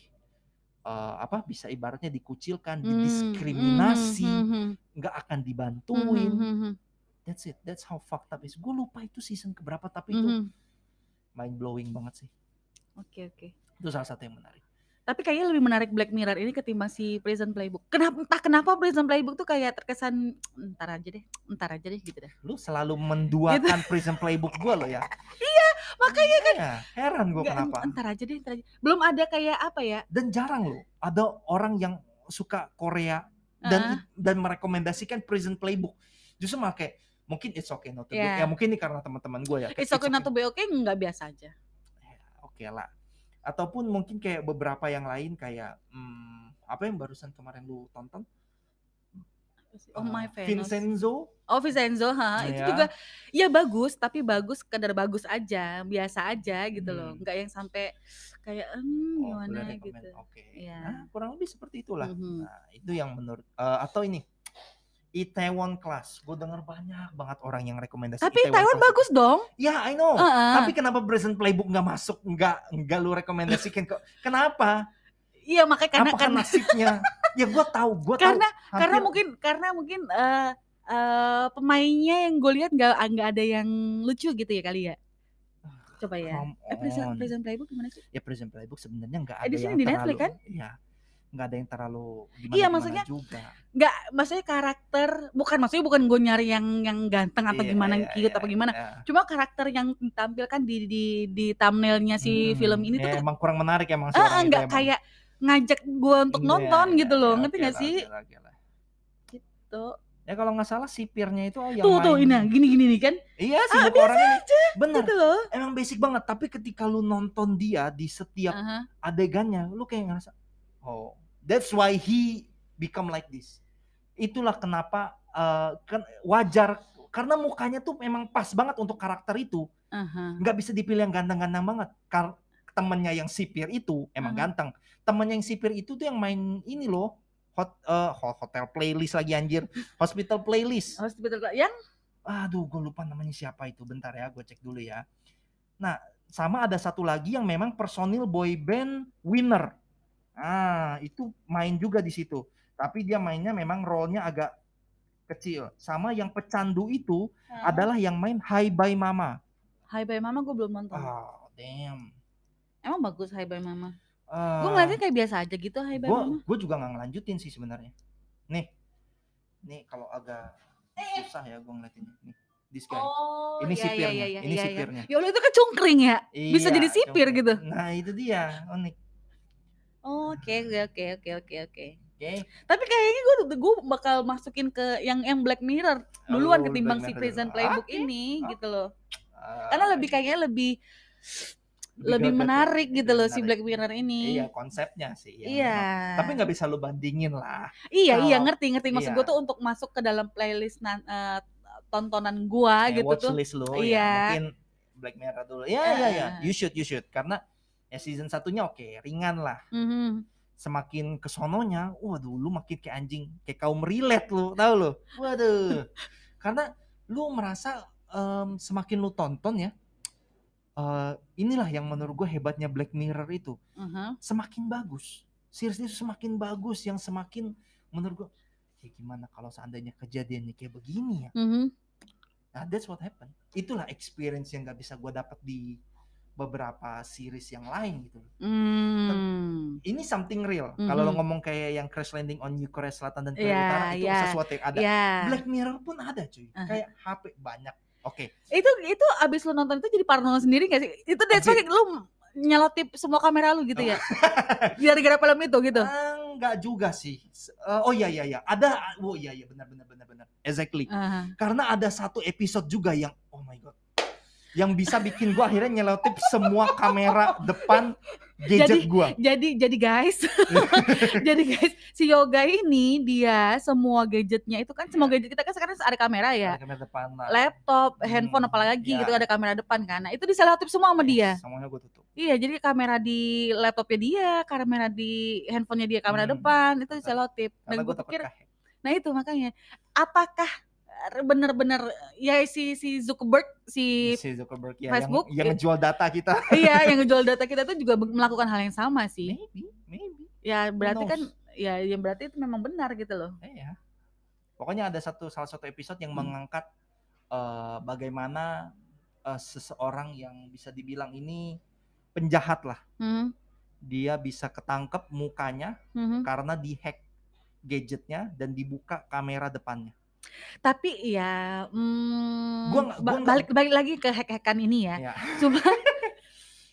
eh, apa bisa ibaratnya dikucilkan,
Mm,
didiskriminasi,
mhm,
nggak akan
mhm, mhm,
dibantuin.
mhm,
That's it. That's how fucked up is. Gue lupa itu season keberapa tapi itu
mhm.
mind blowing banget sih.
Oke oke.
Itu salah satu yang menarik.
Tapi kayaknya lebih menarik Black Mirror ini ketimbang si Prison Playbook. Kenapa entah kenapa Prison Playbook tuh kayak terkesan entar aja deh, entar aja deh gitu deh.
Lu selalu menduakan Prison Playbook gue lo ya. Iya,
makanya
kan. heran gue
Nggak,
kenapa.
Entar aja deh, entar aja. Belum ada kayak apa ya?
Dan jarang lo ada orang yang suka Korea dan dan merekomendasikan Prison Playbook. Justru malah kayak mungkin it's okay not to be-
Yeah.
Ya mungkin ini karena teman-teman gue ya. kayak,
Iya. It's okay not to be okay nggak biasa aja.
Ya, Oke lah. Ataupun mungkin kayak beberapa yang lain kayak hmm, apa yang barusan kemarin lu tonton?
Oh my
Eh,
Venus.
Vincenzo.
Oh Vincenzo ha, itu
Ya.
juga ya bagus tapi bagus kadar bagus aja, biasa aja gitu loh.
Hmm.
Nggak yang sampai kayak hmm,
Oh,
gimana
boleh
gitu.
rekomen. Oke.
Iya.
Nah, kurang lebih seperti itulah.
Mhm.
Nah, itu yang menurut eh, atau ini Itaewon Class. Gue denger banyak banget orang yang rekomendasi
Tapi Taiwan
Class.
bagus Ah, dong.
Ya, I know.
Heeh.
Tapi kenapa Prison Playbook nggak masuk? Nggak nggak lu rekomendasikan kok. Kenapa?
Iya makanya karena
Apakah
karena
nasibnya? ya gue tahu, gue tahu.
karena,
Hampir-
karena mungkin karena mungkin eh eh, pemainnya yang gue lihat nggak ah, nggak ada yang lucu gitu ya kali ya. Coba ya.
Come
Eh, Prison,
on.
Prison Playbook gimana sih?
Ya Prison Playbook sebenarnya nggak
Eh,
ada
di sini
yang
di
terlalu.
Netflix kan?
Iya. Nggak ada yang terlalu. Gimana,
Iya, maksudnya
Juga.
Nggak, maksudnya karakter bukan maksudnya bukan gue nyari yang yang ganteng atau
Iya,
gimana
iya,
cute
iya,
apa gimana.
iya.
Cuma karakter yang ditampilkan di di di thumbnailnya si
Mm-mm.
film ini
Ya,
tuh
emang kurang menarik emang.
kayak
seorang itu
nggak
emang.
kayak ngajak gue untuk
Iya,
nonton
iya,
gitu loh,
iya,
ngerti
oke
nggak
lah,
sih?
oke lah, oke lah.
Tuh,
Ya kalau nggak salah sipirnya itu oh yang
tuh, tuh, ini
main.
gini-gini nih kan,
Iya sih
Ah,
orang ini. Bener.
gitu loh.
Emang basic banget, tapi ketika lu nonton dia di setiap
Aha.
adegannya, lu kayak ngerasa, oh, that's why he become like this. Itulah kenapa eh, kan wajar karena mukanya tuh memang pas banget untuk karakter itu.
Aha.
nggak bisa dipilih yang ganteng-ganteng banget karena temennya yang sipir itu emang
Aha.
ganteng temennya yang sipir itu tuh yang main ini loh hot eh, ho- hotel playlist lagi anjir hospital playlist
Harus Oh, betul yang
aduh gue lupa namanya siapa itu bentar ya gue cek dulu ya nah sama ada satu lagi yang memang personil boy band winner ah itu main juga di situ tapi dia mainnya memang role-nya agak kecil sama yang pecandu itu adalah yang main Hi Bye Mama
Hai Bye Mama gue belum nonton.
ah damn
Emang bagus Hai Bye Mama.
Ah.
Gue ngeliatnya kayak biasa aja gitu Hai Bye
gue
Mama.
juga nggak ngelanjutin sih sebenarnya nih nih kalau agak susah ya gue ngeliatinnya nih this guy
Eh, Oh,
ini
iya, iya,
sipirnya
iya, iya,
ini
iya, iya.
sipirnya
Ya Allah itu kecungkring ya. Bisa
Iya,
jadi sipir
coba.
gitu.
nah itu dia unik
Oh, Oke oke oke oke oke oke.
oke
Tapi kayaknya gue gue bakal masukin ke yang yang Black Mirror duluan
Lalu
ketimbang
Oh, Black
si
Mirror
Prison
dulu.
Playbook
Oke.
ini
oke.
gitu loh.
Ah,
Karena lebih kayaknya lebih
greget
lebih
ya,
menarik
lebih
gitu loh si
menarik.
Black Mirror ini.
iya konsepnya sih ya
Iya.
memang. tapi nggak bisa lu bandingin lah
Iya, iya
kalau-
ngerti ngerti maksud
iya.
gue tuh untuk masuk ke dalam playlist nan- eh, tontonan gua
kayak
gitu tuh.
watchlist lo
Iya. Ah.
ya mungkin Black Mirror dulu ya ya ya you should you should karena ya season satunya oke ringan lah
Mhm.
semakin kesononya, waduh lu makin kayak anjing, kayak kaum relate lu, tahu lu? Waduh. Karena lu merasa em, semakin lu tonton ya, eh, inilah yang menurut gue hebatnya Black Mirror itu,
Aha.
semakin bagus. Series itu semakin bagus yang semakin menurut gue ya gimana kalau seandainya kejadiannya kayak begini ya.
Mhm.
Nah, that's what happened. Itulah experience yang gak bisa gue dapat di beberapa series yang lain gitu loh.
Hmm.
Ini something real. Kalau lo
Mhm.
ngomong kayak yang Crash Landing on You Korea Selatan dan Korea
Iya,
Utara itu
iya.
sesuatu yang ada.
Ya.
Black Mirror pun ada cuy.
Aha.
Kayak HP banyak. Oke.
Itu itu abis lu nonton itu jadi parno sendiri gak sih? Itu that's why
Abis.
lu nyelotip semua kamera lu gitu ya. Gara-gara film itu gitu.
Ah, Enggak juga sih. S- eh, oh iya iya iya. Ada oh iya iya benar benar benar benar. Exactly.
Ah.
Karena ada satu episode juga yang oh my god. Yang bisa bikin gua akhirnya nyelotip semua kamera depan gadget
Jadi-
gua.
Jadi jadi guys, jadi guys, si Yoga ini dia semua gadgetnya itu kan semua gadget kita kan sekarang ada kamera ya,
Ada kamera depan. lah.
laptop,
Hmm,
handphone apalagi
iya.
gitu ada kamera depan kan. Nah, itu diselotip semua sama dia.
Semuanya gua tutup.
Iya, jadi kamera di laptopnya dia, kamera di handphonenya dia, kamera
Hmm.
depan itu diselotip.
Karena
Dan
gua
gue
takut
pikir,
kaget.
nah itu makanya apakah bener-bener ya si si Zuckerberg si
si Zuckerberg ya,
Facebook,
yang yang
i-
ngejual data kita.
iya yang ngejual data kita tuh juga be- melakukan hal yang sama sih.
Maybe, maybe.
Ya berarti kan
knows?
ya yang berarti itu memang benar gitu loh.
Iya. Pokoknya ada satu salah satu episode yang
Hmm.
mengangkat eh, bagaimana eh, seseorang yang bisa dibilang ini penjahat lah.
Hmm.
Dia bisa ketangkep mukanya
mhm.
karena dihack gadgetnya dan dibuka kamera depannya.
Tapi ya hmm,
Gua nggak-
ba-
gua nggak-
balik balik lagi ke hack-hackan ini ya.
Iya.
Cuma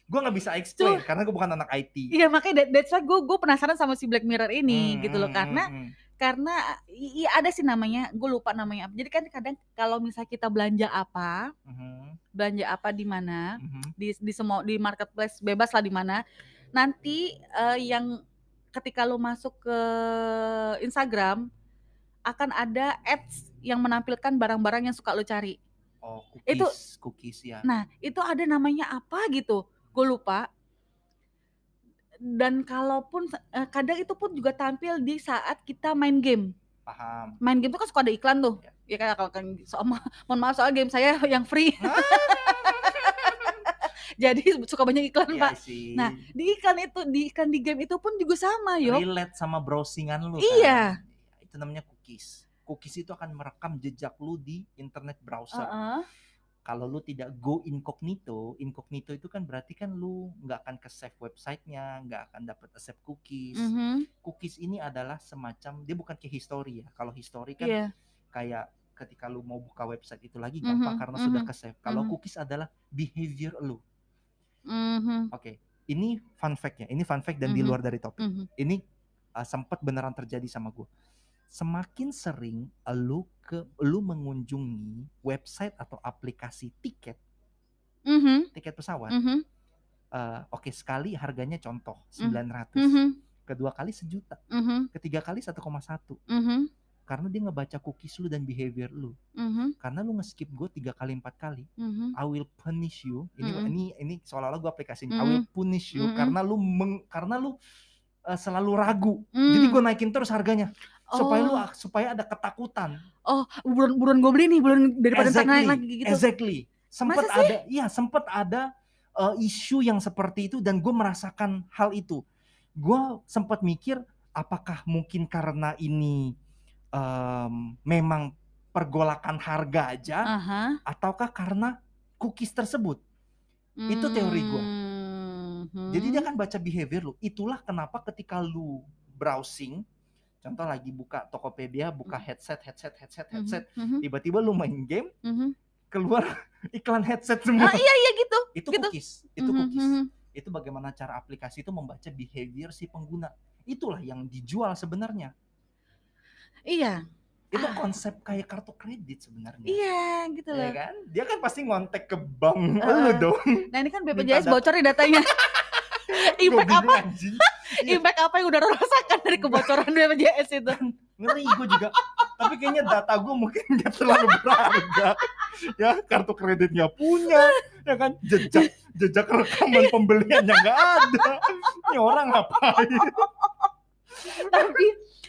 Gue nggak bisa explain karena gue bukan anak IT.
ya makanya that- that's why gue gue penasaran sama si Black Mirror ini
Hmm,
gitu loh
hmm,
karena
hmm, hmm.
karena i- i- ada sih namanya gue lupa namanya apa jadi kan kadang kalau misalnya kita belanja apa
Mhm,
belanja apa di mana
mhm.
di di semua di marketplace bebas lah di mana nanti eh, yang ketika lo masuk ke Instagram akan ada ads yang menampilkan barang-barang yang suka lo cari
Oh, cookies,
Itu-
cookies ya.
nah itu ada namanya apa gitu gue lupa dan kalaupun eh, kadang itu pun juga tampil di saat kita main game
Paham.
main game tuh kan suka ada iklan tuh ya kan kalau kan so, mo- mohon maaf soal game saya yang free jadi suka banyak iklan
Iya
pak
sih.
Nah, di iklan itu di iklan di game itu pun juga sama yo
relate sama browsingan lu
Iya.
kan. Itu namanya cookies. Cookies itu akan merekam jejak lu di internet browser.
Heeh.
Kalau lu tidak go incognito, incognito itu kan berarti kan lu nggak akan ke save websitenya, nggak akan dapat accept cookies.
Mhm.
Cookies ini adalah semacam dia bukan ke history ya. Kalau history kan
Iya.
kayak ketika lu mau buka website itu lagi gampang
Mhm,
karena
mhm,
sudah ke save. Kalau
mhm.
cookies adalah behavior lu.
Mhm.
Oke, ini fun fact-nya. Ini fun fact dan di
Mhm.
luar dari topik.
Mhm.
ini eh, sempat beneran terjadi sama gue. Semakin sering lu ke lu mengunjungi website atau aplikasi tiket
Mhm.
tiket pesawat,
Mhm.
eh, oke sekali harganya contoh
Mhm.
900,
Mhm.
kedua kali sejuta,
Mhm.
ketiga kali 1,1
Mhm.
karena dia ngebaca cookies lu dan behavior lu.
Mhm.
Karena lu nge-skip gue tiga kali empat kali,
Mhm.
I will punish you. Ini
Mhm.
ini ini seolah-olah gue aplikasinya. I will punish you
Mhm.
karena lu meng- karena lu eh, selalu ragu.
mhm. Mm.
Jadi gue naikin terus harganya. supaya lu ah.
Oh.
supaya ada ketakutan.
oh buruan buruan gue beli nih buruan daripada ntar naik lagi gitu
Exactly. Sempat
Masa
ada iya, sempat ada uh, isu yang seperti itu dan gue merasakan hal itu. Gue sempat mikir apakah mungkin karena ini um, memang pergolakan harga aja
Aha.
ataukah karena cookies tersebut. Itu teori gua.
Mhm.
Jadi dia kan baca behavior lu. Itulah kenapa ketika lu browsing contoh lagi buka Tokopedia, buka
Mhm.
headset, headset, headset,
Mhm.
headset.
Mhm.
Tiba-tiba lu main game
Mhm.
keluar iklan headset semua.
Ah, iya iya gitu
itu
gitu.
cookies, itu
Mhm,
cookies.
mhm.
Itu bagaimana cara aplikasi itu membaca behavior si pengguna. Itulah yang dijual sebenarnya.
iya
Itu konsep kayak kartu kredit sebenarnya.
Iya gitu
Ya
loh.
kan? Dia kan pasti ngontek ke bank
Heeh.
lu dong.
Nah ini kan
Minta data.
BPJS bocor nih datanya.
Gua
impact apa?
bingung, anjing. Iya.
Impact apa yang udah lo rasakan dari kebocoran BPJS itu?
Ngeri gue juga. Tapi kayaknya data gue mungkin gak terlalu berharga. ya kartu kreditnya punya. Ya kan? Jejak, jejak
Iya.
rekaman pembeliannya gak ada. Ini orang ngapain?
tapi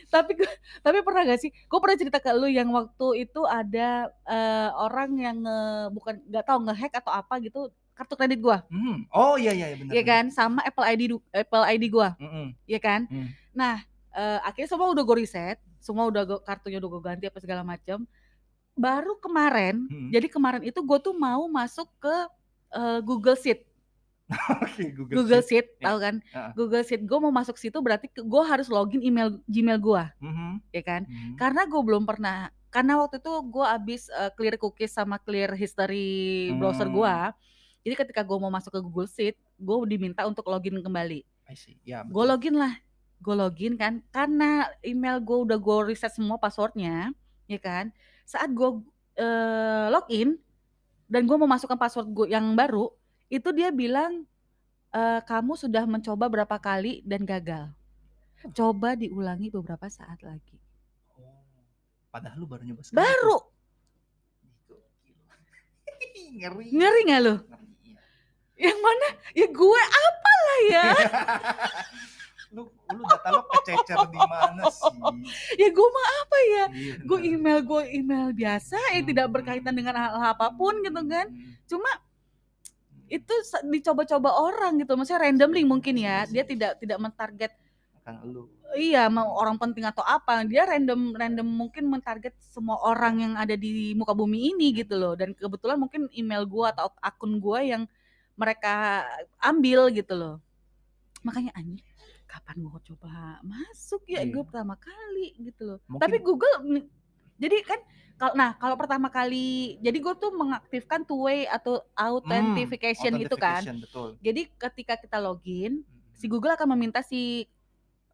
tapi gua- tapi pernah gak sih? Gue pernah cerita ke lu yang waktu itu ada eh, orang yang nge- bukan nggak tahu ngehack atau apa gitu kartu kredit gua,
Hmm. Oh iya iya benar.
ya kan? Sama Apple ID du- Apple ID gua,
Mm-mm.
ya kan?
Hmm.
Nah eh, akhirnya semua udah gue reset, semua udah gua- kartunya udah gue ganti apa segala macam. Baru kemarin
Mm-mm.
Jadi kemarin itu gue tuh mau masuk ke eh, Google Sheet,
Oke, Google,
Google
Sheet.
Sheet,
ya.
tahu kan?
Heeh.
Google Sheet, gue mau masuk situ berarti gue harus login email Gmail gue,
Mhm,
ya kan?
mhm.
Karena gue belum pernah, karena waktu itu gue abis eh, clear cookies sama clear history browser
Hmm.
gue, Jadi ketika gue mau masuk ke Google Sheet, gue diminta untuk login kembali.
I see. Ya,
Gue
betul.
login lah, gue login kan, karena email gue udah gue reset semua passwordnya, ya kan. Saat gue eh, login dan gue memasukkan password gue yang baru, itu dia bilang eh, kamu sudah mencoba berapa kali dan gagal. Coba diulangi beberapa saat lagi.
Oh. Padahal lu baru nyoba sekali.
Baru
tuh. Gokil. Ngeri.
ngeri nggak lo?
Ngeri, iya.
Yang mana? Ya gue apalah ya?
lu lu data lu kececer di mana sih?
ya gue mah apa ya?
Iya,
Gue
benar.
email gue email biasa, eh tidak
Hmm.
berkaitan dengan hal apapun gitu kan.
Hmm.
Cuma itu sa- dicoba-coba orang gitu, maksudnya randomly mungkin ya. Dia tidak tidak mentarget
Akan kan lu.
iya mau orang penting atau apa. Dia random random mungkin mentarget semua orang yang ada di muka bumi ini gitu loh. Dan kebetulan mungkin email gue atau akun gue yang mereka ambil gitu loh. Makanya anjir kapan gue coba masuk ya
Iya.
gue pertama kali gitu loh.
Mungkin-
Tapi Google mm, jadi kan kalau nah kalau pertama kali jadi gue tuh mengaktifkan two way atau authentication itu kan.
Hmm, authentication, betul.
Jadi ketika kita login
Hmm.
si Google akan meminta si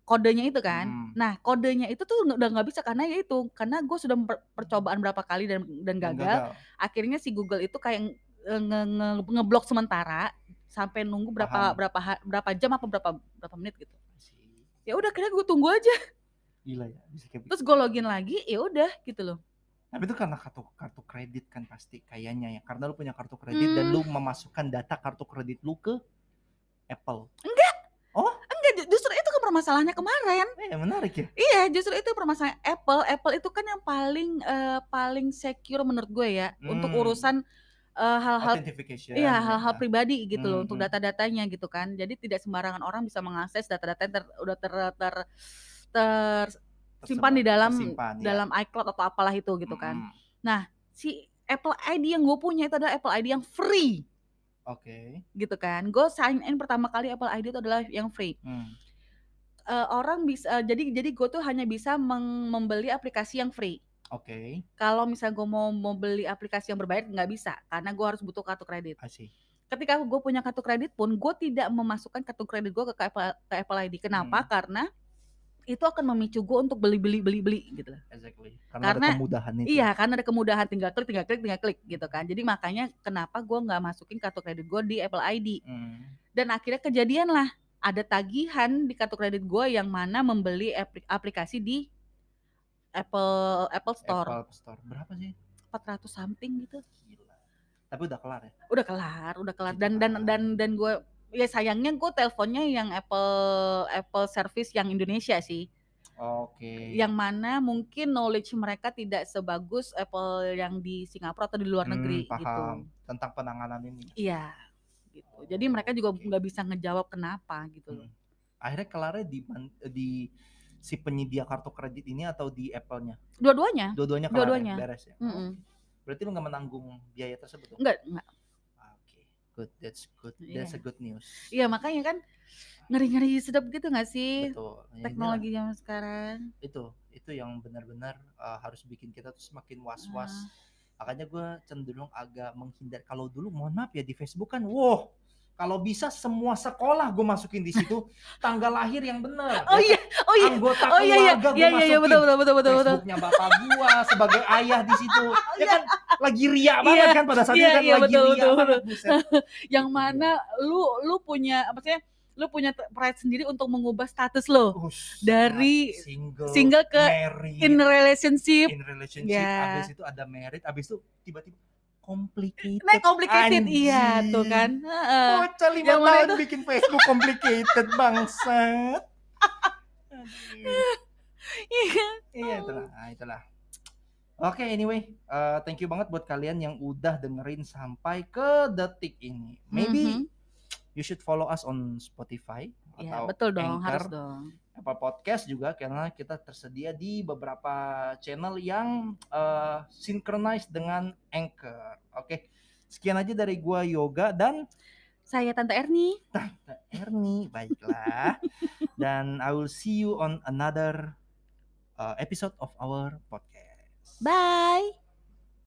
kodenya itu kan.
Hmm.
Nah kodenya itu tuh nggak- udah nggak bisa karena ya itu karena gue sudah memper- percobaan berapa kali dan
Hmm,
dan gagal. Akhirnya si Google itu kayak nge- nge- nge- ngeblok sementara sampai nunggu berapa
Paham.
berapa ha- berapa jam apa berapa berapa menit gitu.
Si-
Ya udah akhirnya gue tunggu aja.
Gila ya, bisa kayak
Terus gue login lagi, ya udah gitu loh.
Tapi itu karena kartu kartu kredit kan pasti kayaknya ya. Karena lu punya kartu kredit dan
Hmm.
lu memasukkan data kartu kredit lu ke Apple.
Enggak, ju- justru itu kan permasalahannya kemarin.
Eh, menarik ya.
Iya, justru itu permasalahan Apple. Apple itu kan yang paling eh, paling secure menurut gue ya untuk
Hmm.
urusan eh, hal-hal
Authentication.
iya hal-hal pribadi gitu loh
Ya kan? Hmm,
untuk
hmm.
data-datanya gitu kan. Jadi tidak sembarangan orang bisa mengakses data-data yang ter, udah ter, ter, ter-
Iya.
simpan di dalam
Simpan
dalam iCloud atau apalah itu gitu kan.
Hmm.
Si Apple ID yang gue punya itu adalah Apple ID yang free
Oke.
gitu kan. Gue sign in pertama kali Apple ID itu adalah yang free.
Hmm.
eh, orang bisa eh, jadi jadi gue tuh hanya bisa meng- membeli aplikasi yang free.
Oke,
Kalau misalnya gue mau mau beli aplikasi yang berbayar nggak bisa karena gue harus butuh kartu kredit.
I see.
Ketika gue punya kartu kredit pun gue tidak memasukkan kartu kredit gue ke, Apple ke Apple ID. Kenapa?
Hmm.
Karena itu akan memicu gue untuk beli beli beli beli gitu. loh.
Exactly. Karena, ada
Karena-
kemudahan itu.
Iya, karena ada kemudahan tinggal klik tinggal klik tinggal klik gitu kan. Jadi makanya kenapa gue nggak masukin kartu kredit gue di Apple ID.
Hmm.
dan akhirnya kejadian lah ada tagihan di kartu kredit gue yang mana membeli apli- aplikasi di Apple Apple Store
Apple Store. Berapa sih?
400 something gitu
Gila. Tapi udah kelar ya.
udah kelar udah kelar
Iya.
dan dan dan dan gue ya sayangnya gue teleponnya yang Apple Apple service yang Indonesia sih
Oke.
yang mana mungkin knowledge mereka tidak sebagus Apple yang di Singapura atau di luar
Hmm,
negeri gitu
paham. Tentang penanganan ini.
iya gitu jadi mereka juga
Oke.
nggak bisa ngejawab kenapa gitu loh
Hmm. Akhirnya kelarnya di man- di si penyedia kartu kredit ini atau di Apple-nya?
dua-duanya
Dua-duanya kelar ya?
Dua-duanya.
beres ya.
Mm-mm.
Berarti lu nggak menanggung biaya tersebut dong?
enggak enggak
Oke. Good. That's good.
Iya.
That's a good news.
Iya makanya kan ngeri-ngeri sedap gitu gak sih
Betul. Ya, inilah.
teknologi zaman sekarang?
itu itu yang benar-benar uh, harus bikin kita tuh semakin was-was
Ah.
makanya gue cenderung agak menghindar kalau dulu mohon maaf ya di Facebook kan wow kalau bisa semua sekolah gue masukin di situ tanggal lahir yang benar kan?
Oh iya, oh iya,
anggota
oh iya, iya,
Ya keluarga gue
iya, iya, iya,
masukin
betul, betul, betul, betul, betul.
Facebooknya bapak gua sebagai ayah di situ ya kan lagi ria
Iya,
banget kan pada saat
iya,
itu kan
iya,
lagi
betul,
ria
betul,
banget buset.
Yang
Gitu,
mana
iya.
lu lu punya maksudnya lu punya t- pride sendiri untuk mengubah status lo
Ush,
Dari
single,
single ke
married,
in relationship.
in relationship
Ya.
abis itu ada married abis itu tiba-tiba complicated
Nah, complicated iya
Anjing.
tuh kan. Heeh.
Bocah lima
Yang mana
tahun bikin Facebook complicated bangsat. Aduh.
Iya.
Iya itulah, nah, itulah. Oke anyway, eh, thank you banget buat kalian yang udah dengerin sampai ke detik ini. Maybe
Mhm.
you should follow us on Spotify
Iya,
atau
betul dong,
Anchor.
harus dong.
Apple Podcast juga karena kita tersedia di beberapa channel yang eh, synchronize dengan Anchor. Oke. Sekian aja dari gua Yoga dan
Saya Tante Erni.
Tante Erni, baiklah. Dan I will eh, see you on another uh, episode of our podcast.
Bye.